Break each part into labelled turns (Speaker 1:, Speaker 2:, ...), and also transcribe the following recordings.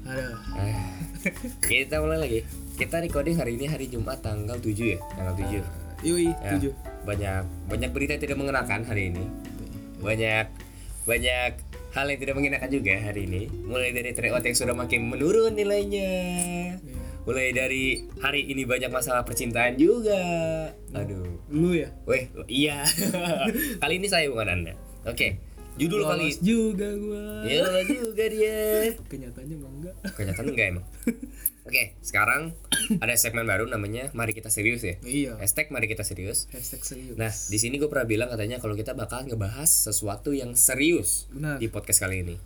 Speaker 1: Aduh.
Speaker 2: Ah, kita mulai lagi. Kita recording hari ini hari Jumat tanggal 7 ya, tanggal 7.
Speaker 1: Yui,
Speaker 2: Ya,
Speaker 1: Ah, tujuh.
Speaker 2: Banyak banyak berita yang tidak mengenakan hari ini. Banyak banyak hal yang tidak mengenakan juga hari ini. Mulai dari tryout yang sudah makin menurun nilainya.
Speaker 1: Iya.
Speaker 2: Mulai dari hari ini banyak masalah percintaan juga. Aduh.
Speaker 1: Lu ya?
Speaker 2: Weh, iya. kali ini saya bukan Anda. Oke. Judul kali
Speaker 1: Lolos juga gua.
Speaker 2: Ya lolos juga dia.
Speaker 1: Kenyataannya emang enggak.
Speaker 2: Kenyataan enggak emang. Oke, sekarang ada segmen baru namanya Mari Kita Serius ya.
Speaker 1: Iya.
Speaker 2: Hashtag Mari Kita Serius.
Speaker 1: Hashtag serius.
Speaker 2: Nah, di sini gue pernah bilang katanya kalau kita bakal ngebahas sesuatu yang serius
Speaker 1: Benar.
Speaker 2: di podcast kali ini.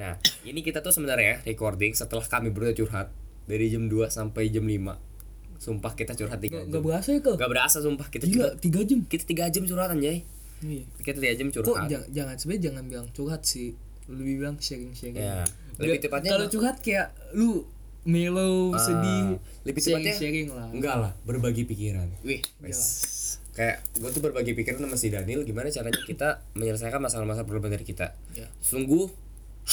Speaker 2: Nah, ini kita tuh sebenarnya recording setelah kami berdua curhat dari jam 2 sampai jam 5. Sumpah kita curhat 3
Speaker 1: Gak
Speaker 2: jam.
Speaker 1: berasa ya kok?
Speaker 2: Gak berasa sumpah kita curhat.
Speaker 1: Gila, tiga jam.
Speaker 2: Kita 3 jam curhat anjay.
Speaker 1: Iya.
Speaker 2: Kita 3 jam
Speaker 1: Kok
Speaker 2: curhat.
Speaker 1: jangan, jangan sebenarnya jangan bilang curhat sih. Lebih bilang sharing-sharing.
Speaker 2: Ya. Lebih
Speaker 1: Biar-
Speaker 2: tepatnya
Speaker 1: kalau curhat kayak lu mellow,
Speaker 2: Ah,
Speaker 1: sedih,
Speaker 2: lebih tepatnya-
Speaker 1: sharing-sharing lah. Iya.
Speaker 2: enggak lah, berbagi pikiran.
Speaker 1: Wih,
Speaker 2: Wes.
Speaker 1: jelas.
Speaker 2: Kayak gue tuh berbagi pikiran sama si Daniel gimana caranya kita menyelesaikan masalah-masalah problem dari kita.
Speaker 1: Ya.
Speaker 2: Sungguh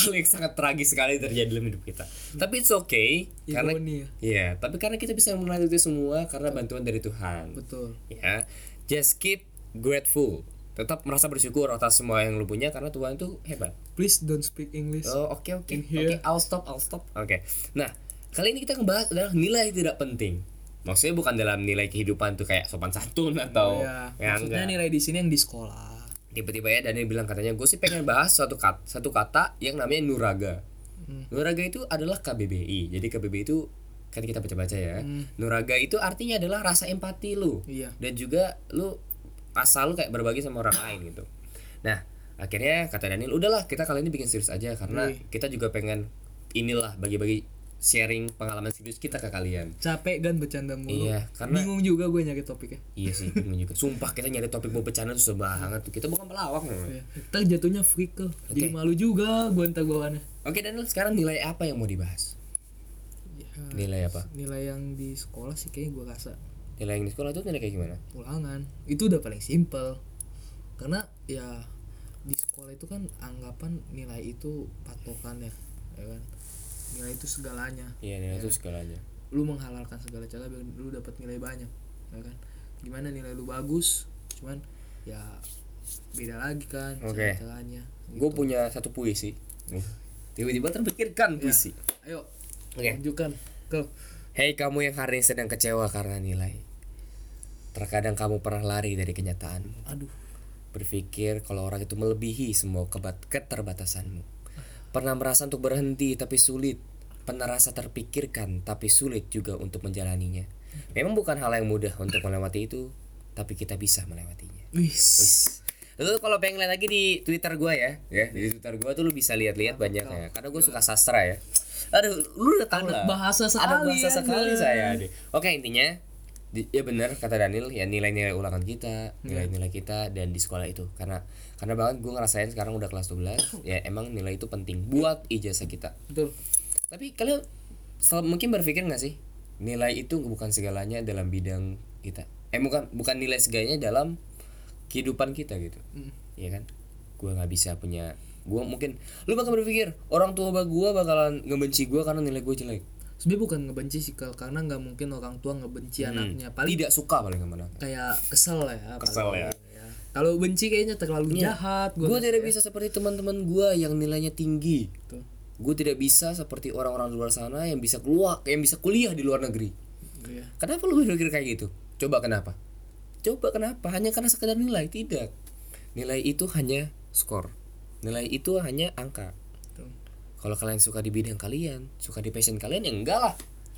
Speaker 2: hal yang sangat tragis sekali terjadi dalam hidup kita. Tapi it's okay karena
Speaker 1: Ironi ya.
Speaker 2: Iya, tapi karena kita bisa melalui itu semua karena bantuan dari Tuhan.
Speaker 1: Betul.
Speaker 2: Ya. Just keep grateful. Tetap merasa bersyukur atas semua yang lu punya karena Tuhan tuh hebat.
Speaker 1: Please don't speak English.
Speaker 2: Oh, oke oke.
Speaker 1: In
Speaker 2: Oke,
Speaker 1: here.
Speaker 2: I'll stop, I'll stop. Oke. Nah, kali ini kita ngebahas adalah nilai tidak penting. Maksudnya bukan dalam nilai kehidupan tuh kayak sopan santun atau
Speaker 1: ya.
Speaker 2: ya
Speaker 1: Maksudnya
Speaker 2: enggak.
Speaker 1: nilai di sini yang di sekolah.
Speaker 2: Tiba-tiba ya Daniel bilang katanya gue sih pengen bahas suatu kata, satu kata yang namanya nuraga.
Speaker 1: Hmm.
Speaker 2: Nuraga itu adalah KBBI. Jadi KBBI itu kan kita baca-baca ya.
Speaker 1: Hmm.
Speaker 2: Nuraga itu artinya adalah rasa empati lu
Speaker 1: Iya.
Speaker 2: dan juga lu asal lu kayak berbagi sama orang lain gitu nah akhirnya kata Daniel udahlah kita kali ini bikin serius aja karena
Speaker 1: Wih.
Speaker 2: kita juga pengen inilah bagi-bagi sharing pengalaman serius kita ke kalian
Speaker 1: Capek kan bercanda mulu.
Speaker 2: iya karena
Speaker 1: Bingung juga gue nyari topiknya.
Speaker 2: iya sih bingung juga sumpah kita nyari topik mau bercanda tuh susah banget tuh kita bukan pelawak loh.
Speaker 1: Ya. Ntar jatuhnya freak loh. Jadi
Speaker 2: Oke.
Speaker 1: malu juga gue ntar bawaannya.
Speaker 2: oke Daniel sekarang nilai apa yang mau dibahas
Speaker 1: Ya,
Speaker 2: Iya. nilai apa
Speaker 1: nilai yang di sekolah sih kayaknya gue rasa
Speaker 2: nilai yang di sekolah itu nilai kayak gimana
Speaker 1: ulangan itu udah paling simple karena ya di sekolah itu kan anggapan nilai itu patokan ya, ya kan nilai itu segalanya
Speaker 2: iya nilai itu sekolahnya
Speaker 1: lu menghalalkan segala cara biar lu dapat nilai banyak ya kan gimana nilai lu bagus cuman ya beda lagi kan
Speaker 2: Oke.
Speaker 1: caranya
Speaker 2: gue punya satu puisi Iya. Nih, tiba-tiba terpikirkan puisi
Speaker 1: ayo
Speaker 2: Oke.
Speaker 1: tunjukkan ke
Speaker 2: Hei kamu yang hari ini sedang kecewa karena nilai Terkadang kamu pernah lari dari kenyataan
Speaker 1: aduh
Speaker 2: Berpikir kalau orang itu melebihi semua kebat- keterbatasanmu Pernah merasa untuk berhenti tapi sulit Pernah rasa terpikirkan tapi sulit juga untuk menjalaninya Memang bukan hal yang mudah untuk melewati itu Tapi kita bisa melewatinya
Speaker 1: wis
Speaker 2: Wis. Lu kalau pengen lihat lagi di Twitter gua ya, ya di Twitter gua tuh lu bisa lihat-lihat banyak ya. Karena gua suka sastra ya. Aduh, lu udah tahu lah.
Speaker 1: Iya. bahasa
Speaker 2: Ada
Speaker 1: sekali
Speaker 2: bahasa
Speaker 1: ya,
Speaker 2: sekali
Speaker 1: guys.
Speaker 2: saya. Ade. Oke, intinya di- ya benar kata Daniel ya nilai-nilai ulangan kita,
Speaker 1: Iya.
Speaker 2: nilai-nilai kita dan di sekolah itu. Karena karena banget gua ngerasain sekarang udah kelas 12, ya emang nilai itu penting buat ijazah kita.
Speaker 1: betul
Speaker 2: Tapi kalian sel- mungkin berpikir nggak sih nilai itu bukan segalanya dalam bidang kita. Eh bukan bukan nilai segalanya dalam kehidupan kita gitu.
Speaker 1: Mm.
Speaker 2: Iya kan? Gua nggak bisa punya gua mungkin lu bakal berpikir orang tua ba- gua bakalan ngebenci gua karena nilai gua jelek.
Speaker 1: sebenarnya bukan ngebenci sih Kal, karena nggak mungkin orang tua ngebenci
Speaker 2: Hmm.
Speaker 1: anaknya paling
Speaker 2: Tidak suka paling kemana.
Speaker 1: kayak kesel lah ya
Speaker 2: Kesel
Speaker 1: paling.
Speaker 2: ya. Iya.
Speaker 1: kalau benci kayaknya terlalu jahat gua ya.
Speaker 2: Gua tidak bisa seperti teman-teman gua yang nilainya tinggi.
Speaker 1: Betul.
Speaker 2: Gua tidak bisa seperti orang-orang luar sana yang bisa keluar, yang bisa kuliah di luar negeri.
Speaker 1: Iya.
Speaker 2: Kenapa lu berpikir kayak gitu? Coba kenapa? Coba kenapa? Hanya karena sekedar nilai? Tidak. Nilai itu hanya skor. Nilai itu hanya angka.
Speaker 1: Betul.
Speaker 2: Kalau kalian suka di bidang kalian, suka di passion kalian, ya enggak lah.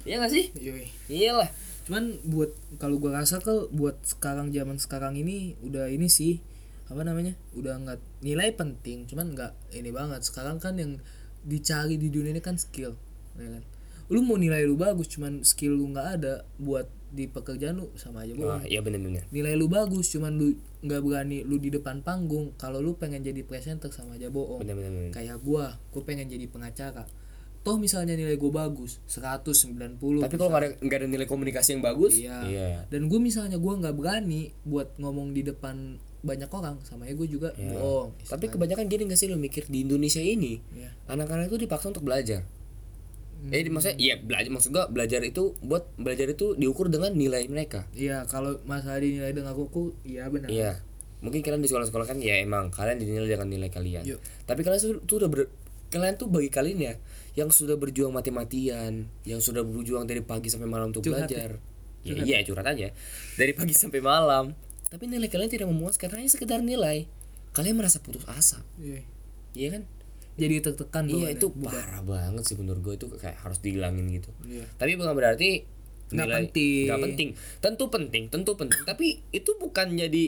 Speaker 2: Iya gak sih? Iya
Speaker 1: Yoi.
Speaker 2: Iyalah.
Speaker 1: cuman buat kalau gua rasa Kal, buat sekarang zaman sekarang ini udah ini sih apa namanya udah nggak nilai penting cuman nggak ini banget sekarang kan yang dicari di dunia ini kan skill ya kan lu mau nilai lu bagus cuman skill lu nggak ada buat di pekerjaan lu sama aja bohong
Speaker 2: Wah, iya bener-bener.
Speaker 1: nilai lu bagus cuman lu nggak berani lu di depan panggung kalau lu pengen jadi presenter sama aja bohong
Speaker 2: Bener-bener. bener.
Speaker 1: kayak gua gua pengen jadi pengacara toh misalnya nilai gua bagus 190
Speaker 2: Tapi kalau nggak ada nggak ada nilai komunikasi yang bagus,
Speaker 1: gitu, Iya. dan gue misalnya gue nggak berani buat ngomong di depan banyak orang sama ya gue juga
Speaker 2: Iya.
Speaker 1: bohong
Speaker 2: Tapi kebanyakan gini gak sih lu mikir di Indonesia ini,
Speaker 1: Iya.
Speaker 2: anak-anak itu dipaksa untuk belajar. Eh, maksudnya ya belajar maksud gua belajar itu buat belajar itu diukur dengan nilai mereka.
Speaker 1: Iya, kalau masalah dinilai dengan kuku, iya benar.
Speaker 2: Iya. Mungkin kalian di sekolah-sekolah kan ya emang kalian dinilai dengan nilai kalian.
Speaker 1: Yuk.
Speaker 2: Tapi kalian su- tuh udah ber- kalian tuh bagi kalian ya yang sudah berjuang mati-matian, yang sudah berjuang dari pagi sampai malam untuk
Speaker 1: Curhat
Speaker 2: belajar. Ya, iya, curhat aja. Dari pagi sampai malam. Tapi nilai kalian tidak memuaskan, hanya sekedar nilai. Kalian merasa putus asa,
Speaker 1: Iya.
Speaker 2: iya kan?
Speaker 1: Jadi tertekan bawaannya.
Speaker 2: Iya, itu parah banget sih menurut gue itu kayak harus dihilangin gitu.
Speaker 1: Iya.
Speaker 2: Tapi bukan berarti
Speaker 1: Nggak
Speaker 2: nilai-
Speaker 1: penting.
Speaker 2: nggak penting. Tentu penting, tentu penting. Tapi itu bukan jadi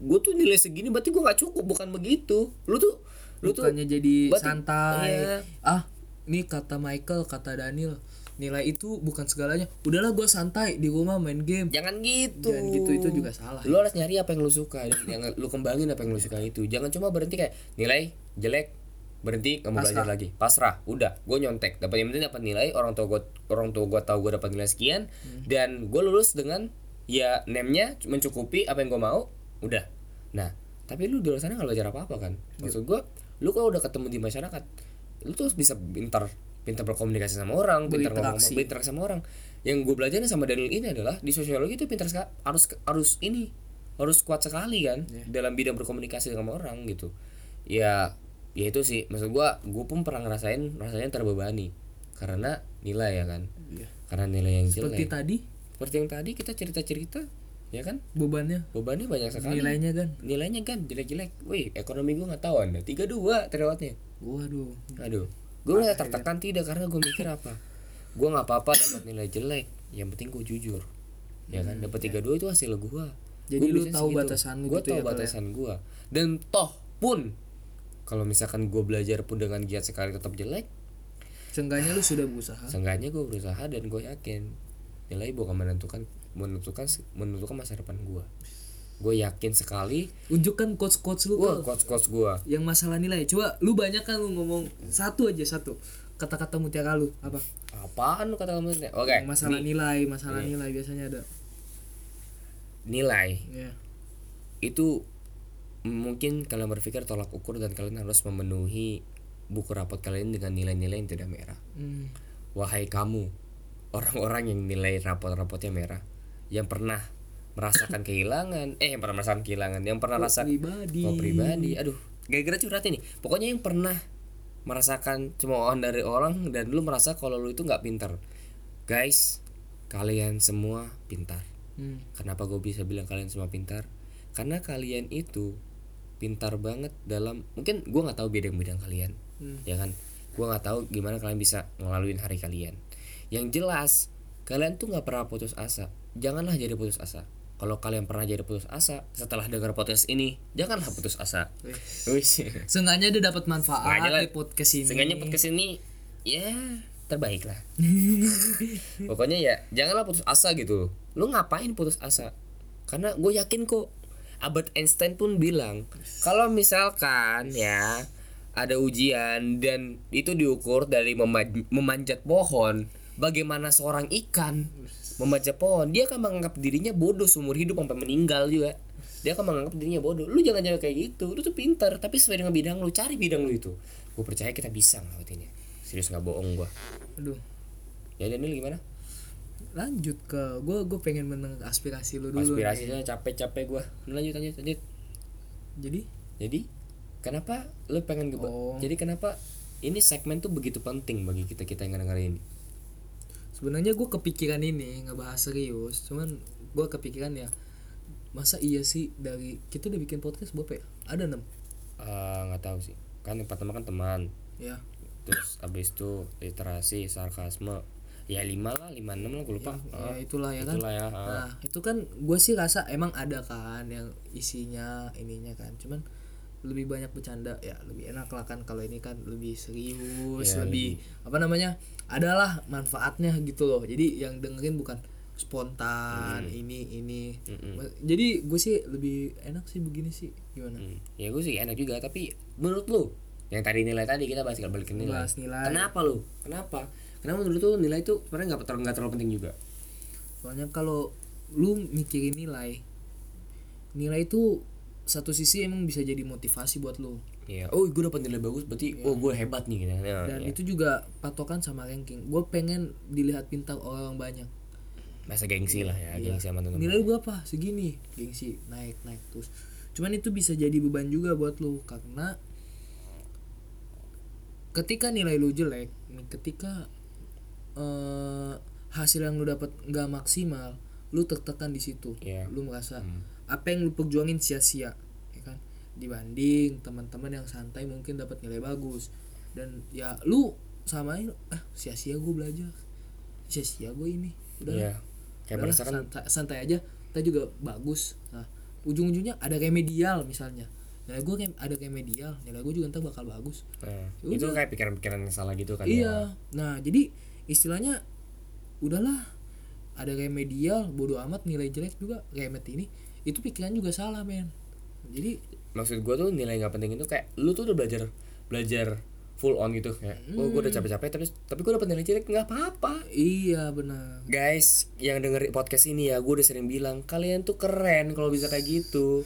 Speaker 2: gue tuh nilai segini berarti gue nggak cukup, bukan begitu. Lu tuh lu
Speaker 1: Bukannya
Speaker 2: tuh
Speaker 1: jadi
Speaker 2: berarti-
Speaker 1: santai.
Speaker 2: Iya.
Speaker 1: Ah, ini kata Michael, kata Daniel, nilai itu bukan segalanya. Udahlah gua santai di rumah main game.
Speaker 2: jangan gitu.
Speaker 1: Jangan gitu, itu juga salah.
Speaker 2: Lu harus nyari apa yang lu suka, yang lu kembangin apa yang lu suka itu. Jangan cuma berhenti kayak nilai jelek berhenti kamu belajar lagi pasrah udah gue nyontek dapat yang penting dapat nilai orang tua gue orang tua gue tahu gue dapat nilai sekian
Speaker 1: Hmm.
Speaker 2: dan gue lulus dengan ya nemnya mencukupi apa yang gue mau udah nah tapi lu di luar sana nggak belajar apa apa kan maksud gue lu kalau udah ketemu di masyarakat lu tuh harus bisa pintar pintar berkomunikasi sama orang pintar ngomong
Speaker 1: Berinteraksi.
Speaker 2: berinteraksi sama orang yang gue belajarin sama Daniel ini adalah di sosiologi itu pintar seka- harus harus ini harus kuat sekali kan dalam bidang berkomunikasi dengan orang gitu ya ya itu sih maksud gue gue pun pernah ngerasain rasanya terbebani karena nilai ya kan
Speaker 1: Iya.
Speaker 2: karena nilai yang jelek
Speaker 1: Seperti
Speaker 2: seperti,
Speaker 1: tadi
Speaker 2: yang tadi kita cerita cerita ya kan
Speaker 1: bebannya,
Speaker 2: bebannya banyak sekali
Speaker 1: nilainya kan.
Speaker 2: nilainya kan jelek-jelek wih ekonomi gue nggak tahu anda tiga dua terlewatnya
Speaker 1: Waduh.
Speaker 2: aduh gue mulai tertekan tidak karena gue mikir apa gue nggak apa-apa dapat nilai jelek yang penting gue jujur ya kan dapat tiga dua itu hasil gue
Speaker 1: Hmm, Jadi lu tahu batasanmu
Speaker 2: gue
Speaker 1: gitu
Speaker 2: tahu
Speaker 1: ya, Kal, ya?
Speaker 2: batasan gue dan toh pun kalau misalkan gue belajar pun dengan giat sekali tetap jelek
Speaker 1: Seenggaknya lu sudah berusaha.
Speaker 2: seenggaknya gue berusaha dan gue yakin nilai bukan menentukan menentukan menentukan masa depan gue gue yakin sekali
Speaker 1: Unjukkan quotes-quotes lu.
Speaker 2: wah
Speaker 1: Kal.
Speaker 2: coach coach gue
Speaker 1: yang masalah nilai coba lu banyak kan lu ngomong satu aja satu kata-kata mutiara lu apa
Speaker 2: apaan lu kata kamu oke
Speaker 1: Yang masalah nilai masalah
Speaker 2: iya.
Speaker 1: nilai biasanya ada
Speaker 2: nilai
Speaker 1: ya
Speaker 2: itu mungkin kalian berpikir tolak ukur dan kalian harus memenuhi buku rapot kalian dengan nilai-nilai yang tidak merah.
Speaker 1: Hmm.
Speaker 2: Wahai kamu, orang-orang yang nilai rapot-rapotnya merah, yang pernah merasakan kehilangan, eh yang pernah merasakan kehilangan, yang pernah rasakan
Speaker 1: pribadi
Speaker 2: Kok pribadi, aduh, gara-gara curhat ini. Pokoknya yang pernah merasakan cemoohan dari orang dan lu merasa kalau lu itu nggak pintar, guys, kalian semua pintar.
Speaker 1: Hmm.
Speaker 2: Kenapa gue bisa bilang kalian semua pintar? Karena kalian itu pintar banget dalam mungkin gue nggak tahu bidang-bidang kalian,
Speaker 1: Hmm.
Speaker 2: ya kan? Gue nggak tahu gimana kalian bisa ngelaluin hari kalian. Yang jelas kalian tuh nggak pernah putus asa. Janganlah jadi putus asa. Kalau kalian pernah jadi putus asa setelah dengar podcast ini, janganlah putus asa.
Speaker 1: Wih.
Speaker 2: Wih.
Speaker 1: Seenggaknya dia dapat manfaat
Speaker 2: Seenggaknya lah.
Speaker 1: di podcast ini
Speaker 2: Seenggaknya podcast ini ya terbaik lah. Pokoknya ya janganlah putus asa gitu. Lu ngapain putus asa? Karena gue yakin kok Albert Einstein pun bilang kalau misalkan ya ada ujian dan itu diukur dari mema- memanjat pohon, bagaimana seorang ikan memanjat pohon, dia akan menganggap dirinya bodoh seumur hidup sampai meninggal juga. Dia akan menganggap dirinya bodoh. Lu jangan jangan kayak gitu. Lu tuh pintar, tapi sesuai dengan bidang lu, cari bidang lu itu. Gue percaya kita bisa ngelawatinnya. Serius nggak bohong gua.
Speaker 1: aduh
Speaker 2: Ya Daniel gimana?
Speaker 1: lanjut ke gue gue pengen mendengar aspirasi lu dulu
Speaker 2: Aspirasinya iya, capek-capek gua. Lu Lanjut lanjut lanjut.
Speaker 1: jadi
Speaker 2: Jadi kenapa lu pengen gua?
Speaker 1: Oh.
Speaker 2: Jadi kenapa ini segmen tuh begitu penting bagi kita kita yang dengerin ini?
Speaker 1: sebenarnya gue kepikiran ini ngebahas serius cuman gue kepikiran ya masa iya sih dari kita udah bikin podcast berapa ya ada enam
Speaker 2: Eh, nggak tahu sih. Kan yang pertama kan teman.
Speaker 1: ya
Speaker 2: Terus abis itu literasi, sarkasme. Ya lima lah, lima enam lah gue lupa.
Speaker 1: ya
Speaker 2: Ah,
Speaker 1: itulah ya kan
Speaker 2: itulah ya. ah.
Speaker 1: Nah, itu kan gue sih rasa emang ada kan yang isinya ininya kan. Cuman lebih banyak bercanda ya, lebih enak lah kan kalau ini kan lebih serius,
Speaker 2: Iya,
Speaker 1: lebih apa namanya? Adalah manfaatnya gitu loh. Jadi yang dengerin bukan spontan ini ini. Ma- Jadi gue sih lebih enak sih begini sih. Gimana?
Speaker 2: Hmm. Ya gue sih enak juga tapi menurut lu yang tadi nilai tadi kita bahas balik ke nilai.
Speaker 1: Bahas nilai.
Speaker 2: Kenapa lu? Kenapa? Kenapa menurut lu nilai itu sebenarnya nggak terlalu nggak terlalu penting juga?
Speaker 1: Soalnya kalau lu mikirin nilai, nilai itu satu sisi emang bisa jadi motivasi buat lo
Speaker 2: Iya. Oh, gue dapat nilai bagus, berarti oh gue hebat nih. Nah, nah,
Speaker 1: Iya. dan
Speaker 2: iya.
Speaker 1: itu juga patokan sama ranking gue pengen dilihat pintar orang banyak
Speaker 2: Masa gengsi lah ya, gengsi sama teman.
Speaker 1: Iya. nilai lu berapa segini gengsi naik naik terus cuman itu bisa jadi beban juga buat lu karena ketika nilai lu jelek nih, ketika eh, hasil yang lu dapat nggak maksimal lu tertekan di situ
Speaker 2: Iya.
Speaker 1: lu merasa apa yang lu perjuangin sia-sia ya kan dibanding teman-teman yang santai mungkin dapat nilai bagus dan ya lu samain ah sia-sia gue belajar sia-sia gue ini udah
Speaker 2: Iya.
Speaker 1: Udahlah,
Speaker 2: Kayak merasa kan
Speaker 1: santai, santai aja kita juga bagus nah ujung-ujungnya ada remedial misalnya nilai gue kayak ada remedial nilai gue juga ntar bakal bagus
Speaker 2: nah,
Speaker 1: Ya
Speaker 2: itu
Speaker 1: udah.
Speaker 2: kayak pikiran-pikiran yang salah gitu kan.
Speaker 1: iya
Speaker 2: ya.
Speaker 1: nah jadi istilahnya udahlah ada remedial bodoh amat nilai jelek juga remet ini itu pikiran juga salah men jadi
Speaker 2: Maksud gue tuh nilai nggak penting itu kayak lu tuh udah belajar belajar full on gitu kayak oh gue udah
Speaker 1: Hmm.
Speaker 2: capek-capek tapi tapi gue dapat nilai jelek nggak apa-apa
Speaker 1: iya benar
Speaker 2: Guys, yang denger podcast ini ya, gue udah sering bilang kalian tuh keren kalau bisa kayak gitu.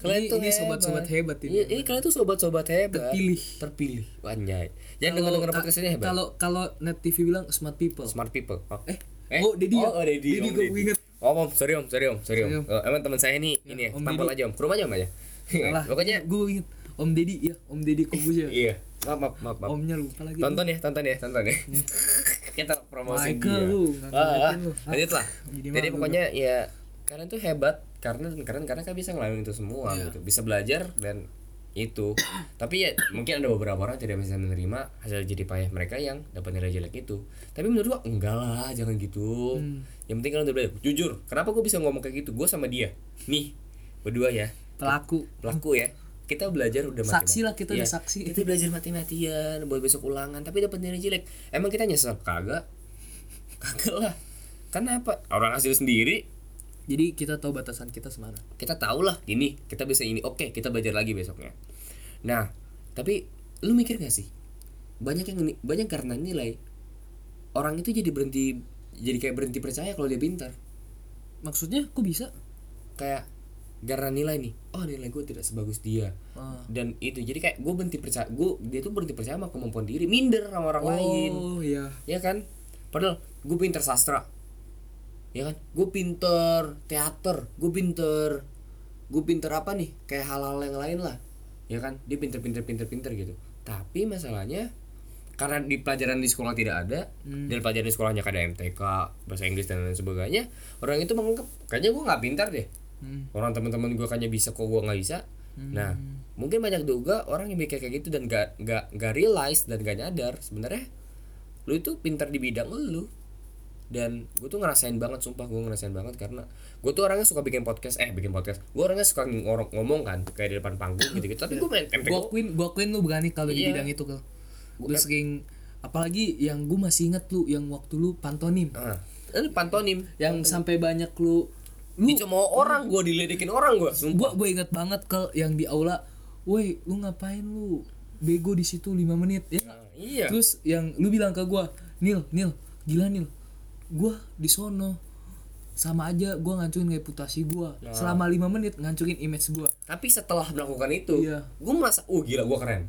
Speaker 2: Kalian
Speaker 1: Ini-
Speaker 2: tuh
Speaker 1: ini sobat-sobat hebat ini.
Speaker 2: Iya, ini kalian tuh sobat-sobat hebat.
Speaker 1: Terpilih.
Speaker 2: Terpilih. Wah, Anjay. Jangan denger denger podcast ini hebat.
Speaker 1: kalau kalau net TV bilang smart people
Speaker 2: Smart people. Oh.
Speaker 1: eh, oh Dedi ya?
Speaker 2: Oh, oh Dedi.
Speaker 1: Dedi
Speaker 2: Om
Speaker 1: gue
Speaker 2: Dedi.
Speaker 1: inget
Speaker 2: Om, om, sorry om, sorry om, sorry
Speaker 1: Sorry, Om.
Speaker 2: om. Oh, emang teman saya ini ini ya,
Speaker 1: Om
Speaker 2: tampol aja om, ke rumah aja om aja.
Speaker 1: Salah.
Speaker 2: Pokoknya
Speaker 1: gue inget Om Dedi ya Om Dedi Kobuja
Speaker 2: iya. Maaf, maaf, maaf, maaf.
Speaker 1: Omnya lupa lagi Hmm.
Speaker 2: Tonton ya, tonton ya, tonton ya. Kita promosi
Speaker 1: Michael,
Speaker 2: dia.
Speaker 1: lu, nggak
Speaker 2: ah, ah,
Speaker 1: ngeliatin lu. Ah,
Speaker 2: lanjut lah.
Speaker 1: jadi
Speaker 2: Jadi
Speaker 1: malu
Speaker 2: pokoknya ya kalian tuh hebat karena keren karena kan bisa ngelaluin itu semua
Speaker 1: Iya.
Speaker 2: gitu. Bisa belajar dan itu. Tapi ya mungkin ada beberapa orang tidak bisa menerima hasil jadi payah mereka yang dapat nilai jelek itu. Tapi menurut gua enggak lah, jangan gitu.
Speaker 1: Hmm.
Speaker 2: Yang penting kalian udah belajar. Jujur, kenapa gua bisa ngomong kayak gitu? Gua sama dia. Nih, berdua ya
Speaker 1: pelaku
Speaker 2: pelaku ya kita belajar udah
Speaker 1: Saksi
Speaker 2: matematika.
Speaker 1: lah, kita udah
Speaker 2: Iya.
Speaker 1: saksi.
Speaker 2: kita belajar mati-matian buat besok ulangan tapi dapat nilai jelek emang kita nyesel kagak kagak lah kenapa orang hasil sendiri
Speaker 1: jadi kita tahu batasan kita semana
Speaker 2: kita tahu lah gini kita bisa ini oke kita belajar lagi besoknya nah tapi lu mikir gak sih banyak yang ni- banyak karena nilai orang itu jadi berhenti jadi kayak berhenti percaya kalau dia pintar
Speaker 1: maksudnya kok bisa
Speaker 2: kayak karena nilai nih oh nilai gue tidak sebagus dia
Speaker 1: Ah.
Speaker 2: Hmm. dan itu jadi kayak gue berhenti percaya gue dia tuh berhenti percaya sama kemampuan diri minder sama orang lain
Speaker 1: oh iya
Speaker 2: ya kan padahal gue pinter sastra ya kan gue pinter teater gue pinter gue pinter apa nih kayak hal-hal yang lain lah ya kan dia pinter pinter pinter pinter gitu tapi masalahnya karena di pelajaran di sekolah tidak ada dan pelajaran di sekolahnya ada MTK bahasa Inggris dan lain sebagainya orang itu menganggap kayaknya gue nggak pintar deh
Speaker 1: Hmm.
Speaker 2: orang teman-teman gue kayaknya bisa kok gue nggak bisa nah mungkin banyak juga orang yang mikir kayak gitu dan gak gak gak realize dan gak nyadar sebenarnya lu itu pintar di bidang lu dan gue tuh ngerasain banget sumpah gue ngerasain banget karena gue tuh orangnya suka bikin podcast eh bikin podcast gue orangnya suka ngorok ngomong kan kayak di depan panggung gitu gitu tapi gue main MTK
Speaker 1: gua akuin gua akuin lu berani kalau di
Speaker 2: Iya.
Speaker 1: bidang itu kal lu sering apalagi yang gua masih inget lu yang waktu lu pantonim
Speaker 2: ah ini pantonim
Speaker 1: yang sampai banyak lu Eh, lu
Speaker 2: dicemooh orang gue diledekin orang gue
Speaker 1: gua
Speaker 2: sumpah
Speaker 1: gua inget banget ke yang di aula woi lu ngapain lu bego di situ lima menit ya
Speaker 2: Nah, iya
Speaker 1: Terus yang lu bilang ke gua, "Nil, Nil, gila Nil. Gua di sono sama aja gua ngancurin reputasi gua.
Speaker 2: Nah.
Speaker 1: Selama lima menit ngancurin image gua.
Speaker 2: tapi setelah melakukan itu
Speaker 1: Iya.
Speaker 2: gue merasa oh gila gue keren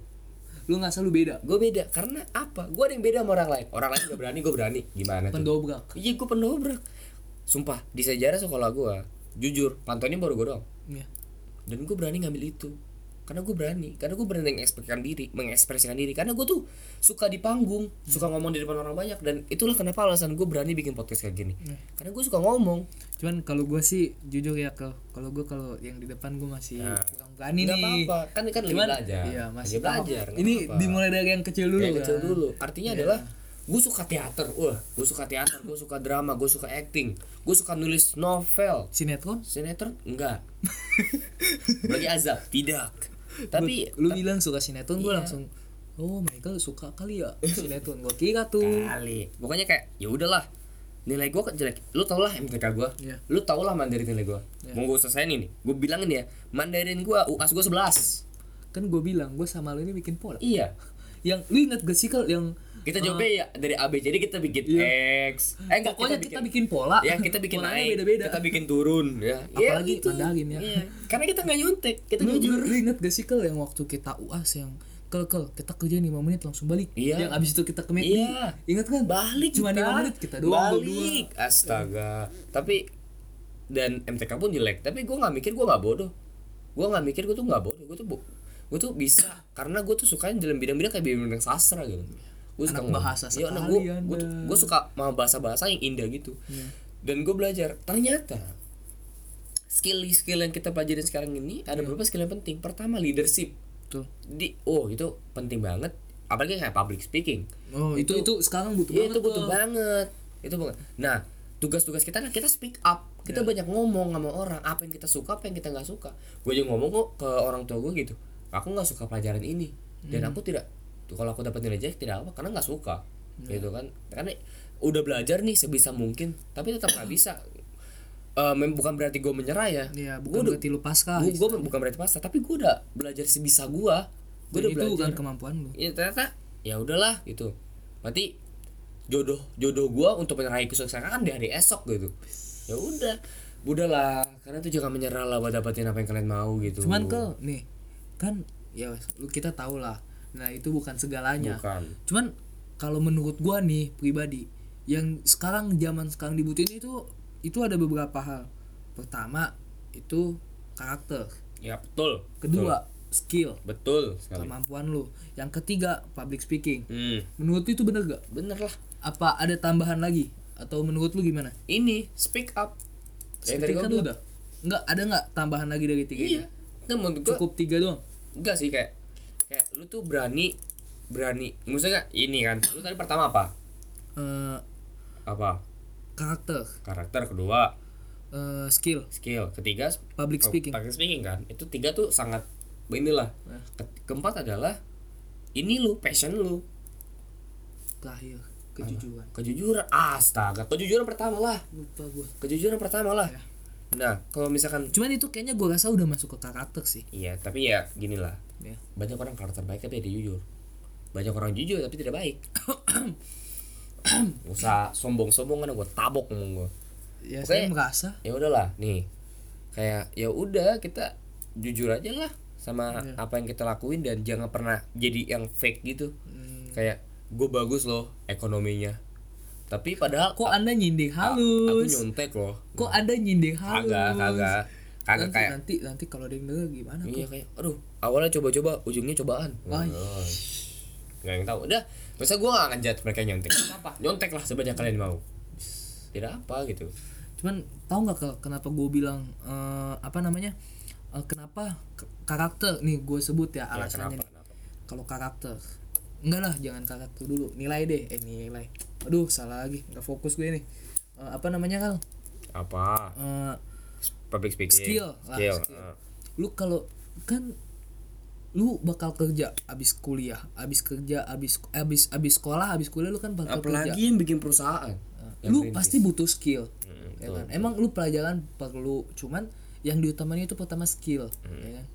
Speaker 1: Lu nggak selalu beda,
Speaker 2: gue beda karena apa gue ada yang beda sama orang lain orang lain gak berani gue berani gimana tuh
Speaker 1: pendobrak."
Speaker 2: iya gue pendobrak sumpah di sejarah sekolah gue jujur pantonim baru gue doang
Speaker 1: Ya.
Speaker 2: dan gue berani ngambil itu karena gue berani karena gue berani mengekspresikan diri mengekspresikan diri karena gue tuh suka di panggung suka ngomong di depan orang banyak dan itulah kenapa alasan gue berani bikin podcast kayak gini
Speaker 1: Hmm.
Speaker 2: karena gue suka ngomong
Speaker 1: Cuman kalau gua sih jujur ya ke kalau gua kalau yang di depan gua masih
Speaker 2: Nah.
Speaker 1: kurang berani
Speaker 2: nggak
Speaker 1: nih.
Speaker 2: apa-apa kan kan lagi
Speaker 1: Cuman
Speaker 2: belajar
Speaker 1: iya, masih
Speaker 2: lagi belajar nggak
Speaker 1: Ini
Speaker 2: apa-apa.
Speaker 1: dimulai dari yang kecil dulu.
Speaker 2: Kayak kecil
Speaker 1: kan.
Speaker 2: dulu. Artinya adalah gue suka teater, wah gue suka teater, gue suka drama, gue suka acting, gue suka nulis novel,
Speaker 1: Sinetron?
Speaker 2: sinetron enggak, bagi azab tidak. Tapi
Speaker 1: lu bilang suka sinetron, gua
Speaker 2: Iya.
Speaker 1: langsung Oh Michael suka kali ya sinetron Gua kira tuh
Speaker 2: kali, pokoknya kayak ya udahlah nilai gue jelek, lu tau lah MTK gue,
Speaker 1: Iya.
Speaker 2: lu tau lah Mandarin nilai gue, mau gue selesaiin ini, gue bilangin ya, Mandarin gue UAS gue 11
Speaker 1: Kan gua bilang gua sama lu ini bikin pola
Speaker 2: iya,
Speaker 1: yang lu inget gak sih kalau yang
Speaker 2: Kita jawabnya ya dari A B jadi kita bikin X. Eh enggak
Speaker 1: Iya. pokoknya kita bikin, pola
Speaker 2: ya kita bikin
Speaker 1: Polanya
Speaker 2: naik,
Speaker 1: beda-beda
Speaker 2: kita bikin turun ya.
Speaker 1: Apalagi
Speaker 2: gitu.
Speaker 1: Mandarin ya.
Speaker 2: Iya. Karena kita nggak nyontek, kita
Speaker 1: lu,
Speaker 2: jujur.
Speaker 1: lu, lu inget gak sih kalau yang waktu kita uas yang kel kel kita kerja 5 menit langsung balik
Speaker 2: Iya.
Speaker 1: yang abis itu kita ke McD
Speaker 2: Iya.
Speaker 1: inget kan
Speaker 2: Balik
Speaker 1: cuma
Speaker 2: kita.
Speaker 1: 5 menit kita doang berdua
Speaker 2: Balik. Astaga. Tapi dan MTK pun jelek, tapi gue nggak mikir gue nggak bodoh. Gue nggak mikir gue tuh nggak bodoh, gue tuh bo gue tuh bisa karena gue tuh sukanya dalam bidang-bidang kayak bidang-bidang sastra gitu. Gue
Speaker 1: Anak bahasa sekali
Speaker 2: gue
Speaker 1: Anda.
Speaker 2: gue tuh gue suka sama bahasa-bahasa yang indah gitu.
Speaker 1: Iya.
Speaker 2: Dan gue belajar ternyata skill-skill yang kita pelajarin sekarang ini
Speaker 1: Iya.
Speaker 2: ada beberapa skill yang penting. Pertama leadership.
Speaker 1: Betul.
Speaker 2: Di oh itu penting banget apalagi kayak public speaking.
Speaker 1: oh itu, itu sekarang butuh
Speaker 2: Iya
Speaker 1: banget
Speaker 2: itu butuh
Speaker 1: tuh.
Speaker 2: banget. Itu banget. Nah, tugas-tugas kita kan kita speak up.
Speaker 1: Iya.
Speaker 2: Kita banyak ngomong sama orang apa yang kita suka, apa yang kita nggak suka. Gue aja ngomong kok ke orang tua gue gitu. Aku nggak suka pelajaran ini dan
Speaker 1: Hmm.
Speaker 2: aku tidak kalau aku dapat nilai jelek tidak apa karena nggak suka.
Speaker 1: Iya.
Speaker 2: Gitu kan. Karena udah belajar nih sebisa mungkin, tapi tetap nggak bisa. Eh, mem- bukan berarti gue menyerah ya.
Speaker 1: Iya,
Speaker 2: Gua
Speaker 1: bukan
Speaker 2: udah-
Speaker 1: berarti gitu. lu pasca
Speaker 2: gue gue bukan berarti pasrah tapi gue udah belajar sebisa gue gue
Speaker 1: Dan
Speaker 2: udah
Speaker 1: itu
Speaker 2: belajar
Speaker 1: bukan kemampuan lu
Speaker 2: ya ternyata ya udahlah gitu berarti jodoh jodoh gue untuk meraih kesuksesan kan di hari esok gitu ya udah udahlah karena itu jangan menyerah lah buat dapetin apa yang kalian mau gitu
Speaker 1: cuman kel nih kan ya wes, lu kita tahu lah nah itu bukan segalanya
Speaker 2: bukan
Speaker 1: cuman kalau menurut gua nih pribadi yang sekarang zaman sekarang dibutuhin itu itu ada beberapa hal pertama itu karakter
Speaker 2: ya betul
Speaker 1: kedua skill
Speaker 2: betul, betul sekali
Speaker 1: kemampuan lu yang ketiga public speaking
Speaker 2: hmm.
Speaker 1: menurut lu itu bener gak
Speaker 2: bener lah
Speaker 1: apa ada tambahan lagi atau menurut lu gimana
Speaker 2: ini speak up Yang
Speaker 1: Seperti
Speaker 2: gua
Speaker 1: kan
Speaker 2: bilang.
Speaker 1: udah nggak ada nggak tambahan lagi dari tiga
Speaker 2: iya
Speaker 1: ini
Speaker 2: Nah, menurut gua-
Speaker 1: cukup tiga doang
Speaker 2: enggak sih kayak kayak lu tuh berani berani maksudnya ini kan lu tadi pertama apa
Speaker 1: Eh,
Speaker 2: apa
Speaker 1: karakter
Speaker 2: karakter kedua
Speaker 1: eh, skill
Speaker 2: skill ketiga
Speaker 1: public speaking Nah.
Speaker 2: public speaking kan itu tiga tuh sangat inilah Ke- keempat adalah ini lu passion lu
Speaker 1: terakhir kejujuran
Speaker 2: kejujuran astaga kejujuran pertama lah
Speaker 1: lupa gua
Speaker 2: kejujuran pertama lah
Speaker 1: Ya.
Speaker 2: nah kalau misalkan
Speaker 1: cuman itu kayaknya gua rasa udah masuk ke karakter sih
Speaker 2: iya tapi ya gini lah
Speaker 1: ya
Speaker 2: banyak orang karakter baik tapi dia jujur banyak orang jujur tapi tidak baik Nggak usah sombong-sombong kan gue tabok ngomong gue
Speaker 1: ya saya
Speaker 2: Pokoknya-
Speaker 1: merasa
Speaker 2: ya udahlah nih kayak ya udah kita jujur aja lah sama
Speaker 1: Iya.
Speaker 2: apa yang kita lakuin dan jangan pernah jadi yang fake gitu
Speaker 1: hmm,
Speaker 2: kayak gue bagus loh ekonominya tapi padahal
Speaker 1: kok anda nyindir
Speaker 2: aku
Speaker 1: halus
Speaker 2: nyontek loh
Speaker 1: kok anda nyindir halus
Speaker 2: kagak kagak kagak
Speaker 1: nanti,
Speaker 2: kayak
Speaker 1: nanti nanti kalau ada yang denger gimana
Speaker 2: iya kayak aduh awalnya coba-coba ujungnya cobaan
Speaker 1: Wah.
Speaker 2: nggak yang tahu udah masa gue nggak ngejat mereka nyontek apa nyontek lah sebanyak kalian mau tidak apa gitu
Speaker 1: cuman tahu nggak Kel, kenapa gue bilang eh, apa namanya Eh, kenapa k- karakter nih gue sebut ya
Speaker 2: ya,
Speaker 1: alasannya
Speaker 2: kenapa,
Speaker 1: nih.
Speaker 2: kenapa.
Speaker 1: kalau karakter enggak lah jangan karakter dulu nilai deh eh nilai aduh salah lagi nggak fokus gue nih Eh, apa namanya kal
Speaker 2: apa
Speaker 1: Eh,
Speaker 2: public speaking
Speaker 1: Skill lah,
Speaker 2: skill,
Speaker 1: skill.
Speaker 2: ah.
Speaker 1: lu kalau kan lu bakal kerja abis kuliah abis kerja abis abis abis sekolah abis kuliah lu kan bakal kerja
Speaker 2: apalagi yang bikin perusahaan Yang
Speaker 1: lu
Speaker 2: green
Speaker 1: pasti butuh skill
Speaker 2: Mm,
Speaker 1: ya kan? emang lu pelajaran perlu cuman yang diutamanya itu pertama skill ya kan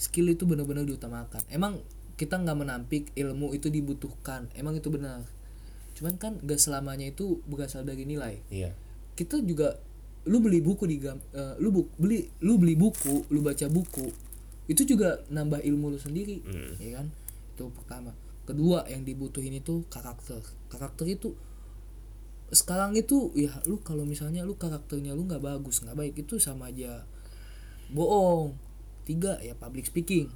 Speaker 1: skill itu benar-benar diutamakan emang kita nggak menampik ilmu itu dibutuhkan emang itu benar cuman kan gak selamanya itu berasal dari nilai
Speaker 2: iya
Speaker 1: kita juga lu beli buku di gam- eh, lu bu- beli lu beli buku lu baca buku itu juga nambah ilmu lu sendiri ya kan itu pertama kedua yang dibutuhin itu karakter karakter itu sekarang itu ya lu kalau misalnya lu karakternya lu nggak bagus nggak baik itu sama aja bohong tiga ya public speaking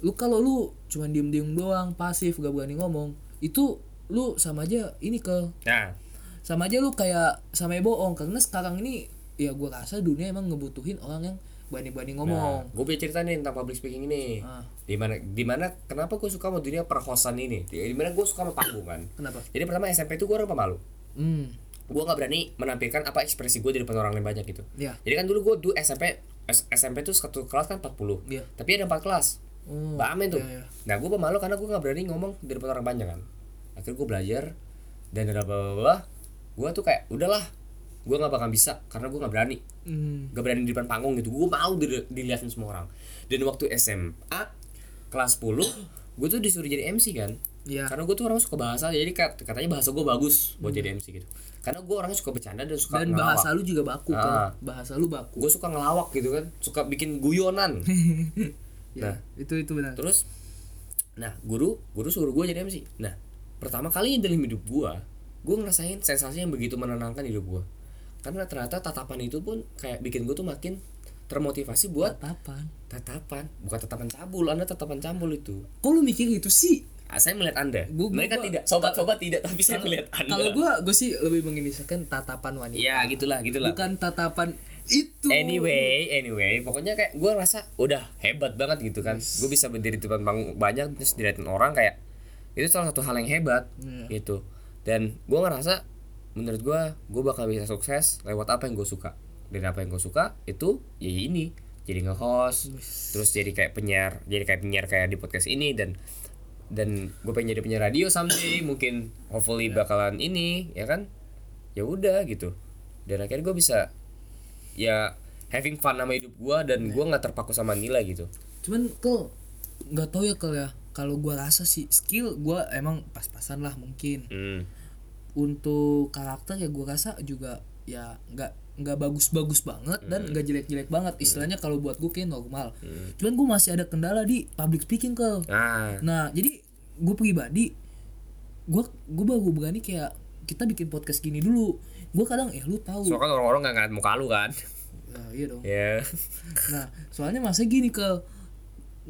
Speaker 1: lu kalau lu cuman diem diem doang pasif gak berani ngomong itu lu sama aja ini ke
Speaker 2: nah
Speaker 1: sama aja lu kayak sama bohong karena sekarang ini ya gue rasa dunia emang ngebutuhin orang yang berani-berani
Speaker 2: Nah,
Speaker 1: ngomong
Speaker 2: gue punya cerita nih tentang public speaking ini.
Speaker 1: Oh. Ah.
Speaker 2: Di mana di mana kenapa gue suka sama dunia perhosan ini? Di di mana gue suka sama panggung kan.
Speaker 1: kenapa
Speaker 2: Jadi pertama SMP itu gue orang pemalu.
Speaker 1: hmm
Speaker 2: Gue nggak berani menampilkan apa ekspresi gue di depan orang lain banyak gitu.
Speaker 1: ya
Speaker 2: Jadi kan dulu gue dulu SMP S- SMP tuh satu kelas kan 40.
Speaker 1: Iya.
Speaker 2: Tapi ada empat kelas.
Speaker 1: oh
Speaker 2: Paham tuh.
Speaker 1: iya, iya.
Speaker 2: Nah, gue pemalu karena gue nggak berani ngomong di depan orang banyak kan. Akhirnya gue belajar dan bla bla bla, bla. Gue tuh kayak udahlah, gue nggak bakal bisa karena gue nggak berani
Speaker 1: hmm
Speaker 2: gak berani di depan panggung gitu gue mau di- dilihatin semua orang dan waktu SMA kelas 10 gue tuh disuruh jadi MC kan
Speaker 1: Iya. Hmm.
Speaker 2: karena gue tuh orang suka bahasa jadi kat- katanya bahasa gue bagus buat jadi MC gitu karena gue orangnya suka bercanda dan suka
Speaker 1: Dan
Speaker 2: ngelawak
Speaker 1: bahasa lu juga baku
Speaker 2: Ah.
Speaker 1: kan. Bahasa lu baku.
Speaker 2: gue suka ngelawak gitu kan suka bikin guyonan
Speaker 1: Ya, itu itu benar.
Speaker 2: Nah. terus nah guru guru suruh gue jadi MC nah pertama kali dalam hidup gue gue ngerasain sensasi yang begitu menenangkan hidup gue karena ternyata tatapan itu pun kayak bikin gue tuh makin termotivasi buat
Speaker 1: Tatapan.
Speaker 2: tatapan bukan tatapan cabul anda tatapan cabul itu
Speaker 1: Kok lu mikir gitu sih?
Speaker 2: Ah, saya melihat anda
Speaker 1: Gua- gua-
Speaker 2: mereka
Speaker 1: gua-
Speaker 2: tidak sobat-sobat tidak tapi saya melihat anda
Speaker 1: Kalau gua gua sih lebih menginisikan tatapan wanita.
Speaker 2: ya gitulah gitulah
Speaker 1: Bukan tatapan itu.
Speaker 2: Anyway, anyway, pokoknya kayak gue rasa udah hebat banget gitu kan. Gue bisa berdiri di depan panggung banyak terus diliatin orang kayak itu salah satu hal yang hebat gitu. Dan gue ngerasa menurut gue gue bakal bisa sukses lewat apa yang gue suka. Dan apa yang gue suka itu ya ini jadi nge-host, terus jadi kayak penyiar, jadi kayak penyiar kayak di podcast ini dan dan gue pengen jadi penyiar radio someday mungkin hopefully bakalan ini ya kan ya udah gitu dan akhirnya gue bisa ya having fun sama hidup gua
Speaker 1: Iya.
Speaker 2: dan gua nggak terpaku sama nilai gitu
Speaker 1: Cuman kok nggak tahu ya kalau ya. Kalau gua rasa sih skill gua emang pas-pasan lah mungkin.
Speaker 2: hmm.
Speaker 1: untuk karakter ya gue rasa juga ya nggak nggak bagus-bagus banget dan nggak jelek-jelek banget istilahnya kalau buat gue kayak normal cuman gue masih ada kendala di public speaking ke
Speaker 2: nah
Speaker 1: nah jadi gue pribadi gue gue baru berani kayak kita bikin podcast gini dulu gue kadang eh lu tahu
Speaker 2: soalnya kan orang-orang nggak ngeliat muka lu kan
Speaker 1: Nah, iya dong
Speaker 2: ya
Speaker 1: nah soalnya masa gini ke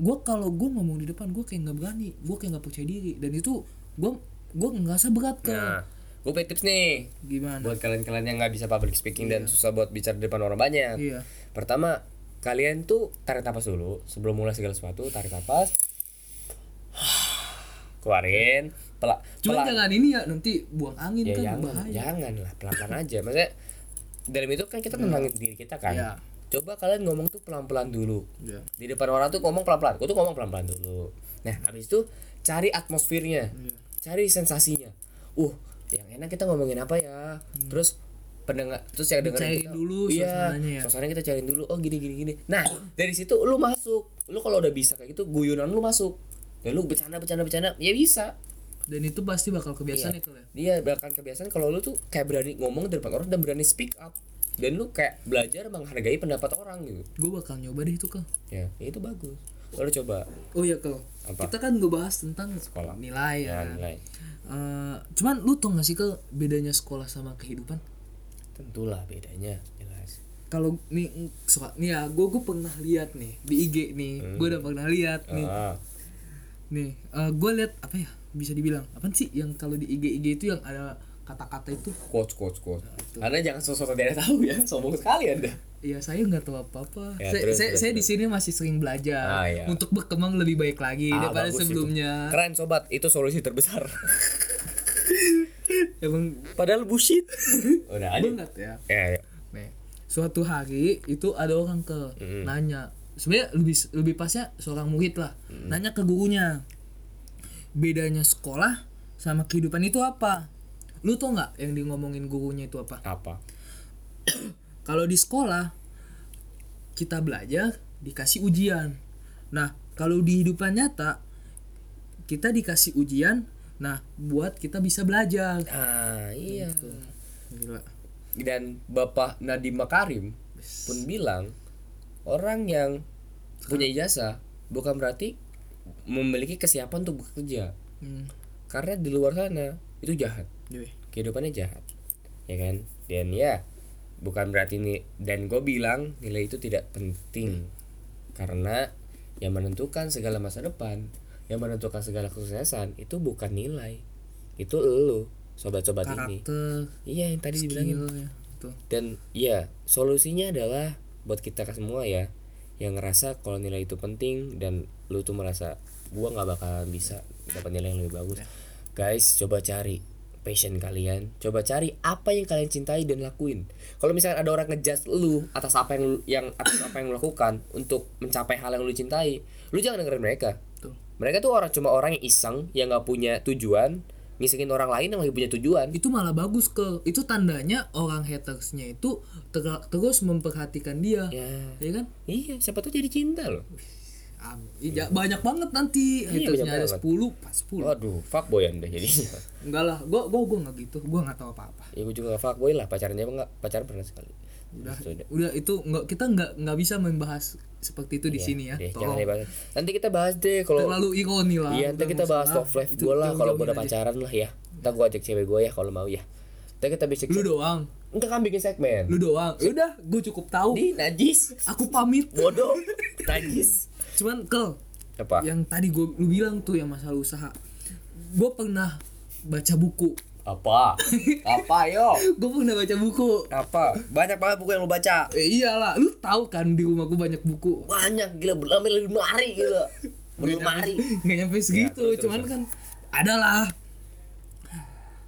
Speaker 1: gue kalau gue ngomong di depan gue kayak nggak berani gue kayak nggak percaya diri dan itu gue gue ngerasa berat ke
Speaker 2: nah gue punya tips nih
Speaker 1: gimana
Speaker 2: buat kalian-kalian yang nggak bisa public speaking dan susah buat bicara di depan orang banyak
Speaker 1: iya
Speaker 2: pertama kalian tuh tarik nafas dulu sebelum mulai segala sesuatu tarik nafas keluarin pelak
Speaker 1: Cuman jangan ini ya nanti buang angin
Speaker 2: ya
Speaker 1: kan
Speaker 2: jangan
Speaker 1: bahaya.
Speaker 2: jangan lah pelan-pelan aja maksudnya dalam itu kan kita tenangin diri kita kan
Speaker 1: Iya.
Speaker 2: coba kalian ngomong tuh pelan-pelan dulu
Speaker 1: Iya.
Speaker 2: di depan orang tuh ngomong pelan-pelan gue tuh ngomong pelan-pelan dulu nah habis itu cari atmosfernya
Speaker 1: Iya.
Speaker 2: cari sensasinya uh yang enak kita ngomongin apa ya terus pendengar terus yang dengerin
Speaker 1: Dicari
Speaker 2: kita,
Speaker 1: Hmm. dulu
Speaker 2: iya
Speaker 1: suasananya ya.
Speaker 2: suasananya kita cariin dulu oh gini gini gini nah dari situ lu masuk lu kalau udah bisa kayak gitu guyonan lu masuk dan lu bercanda bercanda bercanda ya bisa
Speaker 1: Dan itu pasti bakal kebiasaan
Speaker 2: Iya.
Speaker 1: itu ya.
Speaker 2: dia bahkan kebiasaan kalau lu tuh kayak berani ngomong di depan orang dan berani speak up dan lu kayak belajar menghargai pendapat orang gitu
Speaker 1: Gue bakal nyoba deh itu kal.
Speaker 2: ya itu bagus lalu coba
Speaker 1: Oh iya kal.
Speaker 2: Apa?
Speaker 1: Kita kan ngebahas tentang sekolah nilai ya.
Speaker 2: ya,
Speaker 1: kan?
Speaker 2: nilai
Speaker 1: Eh, cuman lu tau gak sih kal bedanya sekolah sama kehidupan?
Speaker 2: tentulah bedanya jelas
Speaker 1: Kalau nih mm, suka nih ya gue gue pernah lihat nih di IG nih gue udah pernah lihat nih
Speaker 2: Hmm. ah
Speaker 1: nih gue lihat apa ya bisa dibilang apa sih yang kalau di IG IG itu yang ada kata-kata itu
Speaker 2: quotes quotes quotes anda jangan sosok tidak tahu ya sombong sekali anda
Speaker 1: Ya saya nggak tahu apa-apa.
Speaker 2: Ya,
Speaker 1: saya
Speaker 2: terus,
Speaker 1: saya,
Speaker 2: terus,
Speaker 1: saya di sini masih sering belajar
Speaker 2: Ah, iya.
Speaker 1: untuk berkembang lebih baik lagi
Speaker 2: Ah,
Speaker 1: daripada
Speaker 2: bagus itu.
Speaker 1: sebelumnya.
Speaker 2: keren sobat itu solusi terbesar
Speaker 1: Emang
Speaker 2: padahal bullshit udah ada
Speaker 1: banget ya.
Speaker 2: ya, ya.
Speaker 1: Nih, suatu hari itu ada orang ke
Speaker 2: Mm-hmm.
Speaker 1: nanya. Sebenarnya lebih lebih pasnya seorang murid lah.
Speaker 2: Mm-hmm.
Speaker 1: Nanya ke gurunya. Bedanya sekolah sama kehidupan itu apa? Lu tau nggak yang di ngomongin gurunya itu apa?
Speaker 2: apa
Speaker 1: Kalau di sekolah kita belajar dikasih ujian. Nah, kalau di kehidupan nyata kita dikasih ujian, nah buat kita bisa belajar.
Speaker 2: ah iya
Speaker 1: Gila.
Speaker 2: dan Bapak Nadiem Makarim pun bilang orang yang punya ijazah bukan berarti memiliki kesiapan untuk bekerja
Speaker 1: Hmm.
Speaker 2: karena di luar sana itu jahat
Speaker 1: Yoi.
Speaker 2: kehidupannya jahat ya kan dan ya bukan berarti ini dan gue bilang nilai itu tidak penting karena yang menentukan segala masa depan yang menentukan segala kesuksesan itu bukan nilai itu elu sobat-sobat ini
Speaker 1: Karakter
Speaker 2: iya yang tadi dibilangin
Speaker 1: skillnya tuh.
Speaker 2: dan ya solusinya adalah buat kita semua ya yang ngerasa kalau nilai itu penting dan lu tuh merasa gua nggak bakalan bisa dapat nilai yang lebih bagus guys coba cari passion kalian coba cari apa yang kalian cintai dan lakuin kalau misalnya ada orang ngejudge lu atas apa yang lu- yang atas apa yang lu lakukan untuk mencapai hal yang lu cintai lu jangan dengerin mereka
Speaker 1: Betul.
Speaker 2: mereka tuh orang cuma orang yang iseng yang nggak punya tujuan ngisengin orang lain yang lagi punya tujuan
Speaker 1: Itu malah bagus ke. Itu tandanya orang hatersnya itu ter- terus memperhatikan dia.
Speaker 2: ya
Speaker 1: Ya kan?
Speaker 2: Iya, siapa tuh jadi cinta loh.
Speaker 1: Am- iya, banyak banget nanti
Speaker 2: Iya,
Speaker 1: hatersnya ada
Speaker 2: banyak banget. Oh.
Speaker 1: 10 pas 10
Speaker 2: Waduh, fuckboyan deh jadinya.
Speaker 1: enggak lah gua gua gua nggak gitu gua nggak tahu apa-apa
Speaker 2: ya gue juga gak fuckboy lah, pacarannya apa enggak? Pacaran pernah sekali.
Speaker 1: udah
Speaker 2: Sudah.
Speaker 1: udah itu nggak kita nggak nggak bisa membahas seperti itu di sini ya
Speaker 2: Deh, Iya, jangan
Speaker 1: tolong
Speaker 2: dibahas. Nanti kita bahas deh kalau
Speaker 1: terlalu ironi lah
Speaker 2: Iya, nanti
Speaker 1: udah
Speaker 2: kita
Speaker 1: nggak usah
Speaker 2: bahas love life
Speaker 1: Itu
Speaker 2: gue lah kalau gue
Speaker 1: jauh-jauhin
Speaker 2: udah
Speaker 1: aja.
Speaker 2: pacaran lah ya. Ntar gue ajak cewek gue ya kalau mau ya. Ntar kita bikin
Speaker 1: lu
Speaker 2: segmen.
Speaker 1: doang
Speaker 2: Enggak kan bikin segmen.
Speaker 1: lu doang Ya udah gua cukup tahu
Speaker 2: Di najis.
Speaker 1: aku pamit
Speaker 2: Bodoh. najis.
Speaker 1: cuman kel
Speaker 2: Apa?
Speaker 1: yang tadi gue lu bilang tuh yang masalah usaha gue pernah baca buku
Speaker 2: Apa? Apa yo?
Speaker 1: gue pernah baca buku
Speaker 2: Apa? Banyak banget buku yang lo baca.
Speaker 1: eh, iyalah lu tahu kan di rumah gue banyak buku
Speaker 2: Banyak gila berlamai lebih lemari gila. Berlemari.
Speaker 1: nggak
Speaker 2: Iya,
Speaker 1: nyampe segitu
Speaker 2: terus,
Speaker 1: cuman kan adalah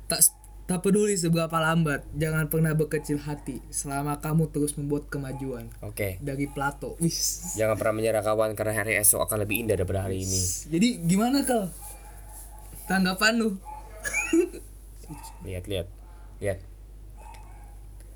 Speaker 1: tak tak peduli seberapa lambat jangan pernah berkecil hati selama kamu terus membuat kemajuan
Speaker 2: Oke.
Speaker 1: dari Plato wis
Speaker 2: Jangan pernah menyerah kawan karena hari esok akan lebih indah daripada hari ini.
Speaker 1: jadi gimana kau tanggapan lu
Speaker 2: Lihat, lihat. Lihat.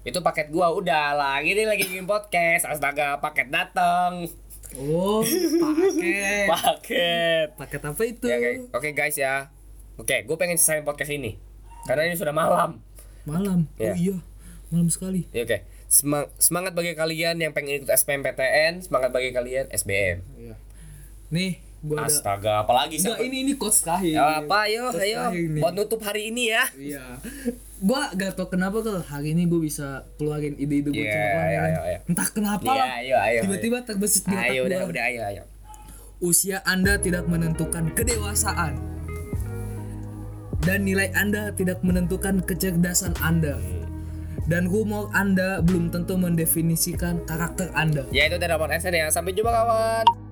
Speaker 2: Itu paket gua udah lah. Ini lagi bikin podcast. Astaga, paket datang.
Speaker 1: oh paket
Speaker 2: Paket.
Speaker 1: paket apa itu
Speaker 2: Ya, oke. Oke, guys ya. Oke, gue pengen selesai podcast ini. Karena ini sudah malam.
Speaker 1: Malam.
Speaker 2: Iya.
Speaker 1: Oh iya. Malam sekali.
Speaker 2: Ya, oke. Semang- semangat bagi kalian yang pengen ikut SPMPTN, semangat bagi kalian SBM.
Speaker 1: Iya. Nih, gua ada.
Speaker 2: Astaga, apalagi
Speaker 1: Enggak,
Speaker 2: siapa?
Speaker 1: ini ini coach Kahir.
Speaker 2: Ya, apa ayo,
Speaker 1: Coach
Speaker 2: ayo.
Speaker 1: Kahir nih.
Speaker 2: Buat nutup hari ini ya.
Speaker 1: Iya. Gua gak tau kenapa kalau hari ini gua bisa keluarin ide-ide gua
Speaker 2: Iya,
Speaker 1: cuma keluarin.
Speaker 2: ayo, ayo.
Speaker 1: Entah kenapa
Speaker 2: Iya,
Speaker 1: lah.
Speaker 2: ayo, ayo.
Speaker 1: Tiba-tiba terbesit di
Speaker 2: ayo.
Speaker 1: otak
Speaker 2: Ayo udah
Speaker 1: gua.
Speaker 2: udah ayo ayo.
Speaker 1: Usia Anda tidak menentukan kedewasaan. Dan nilai Anda tidak menentukan kecerdasan Anda.
Speaker 2: Hmm.
Speaker 1: Dan humor Anda belum tentu mendefinisikan karakter Anda.
Speaker 2: Ya itu dari Ramon SN ya. Sampai jumpa kawan.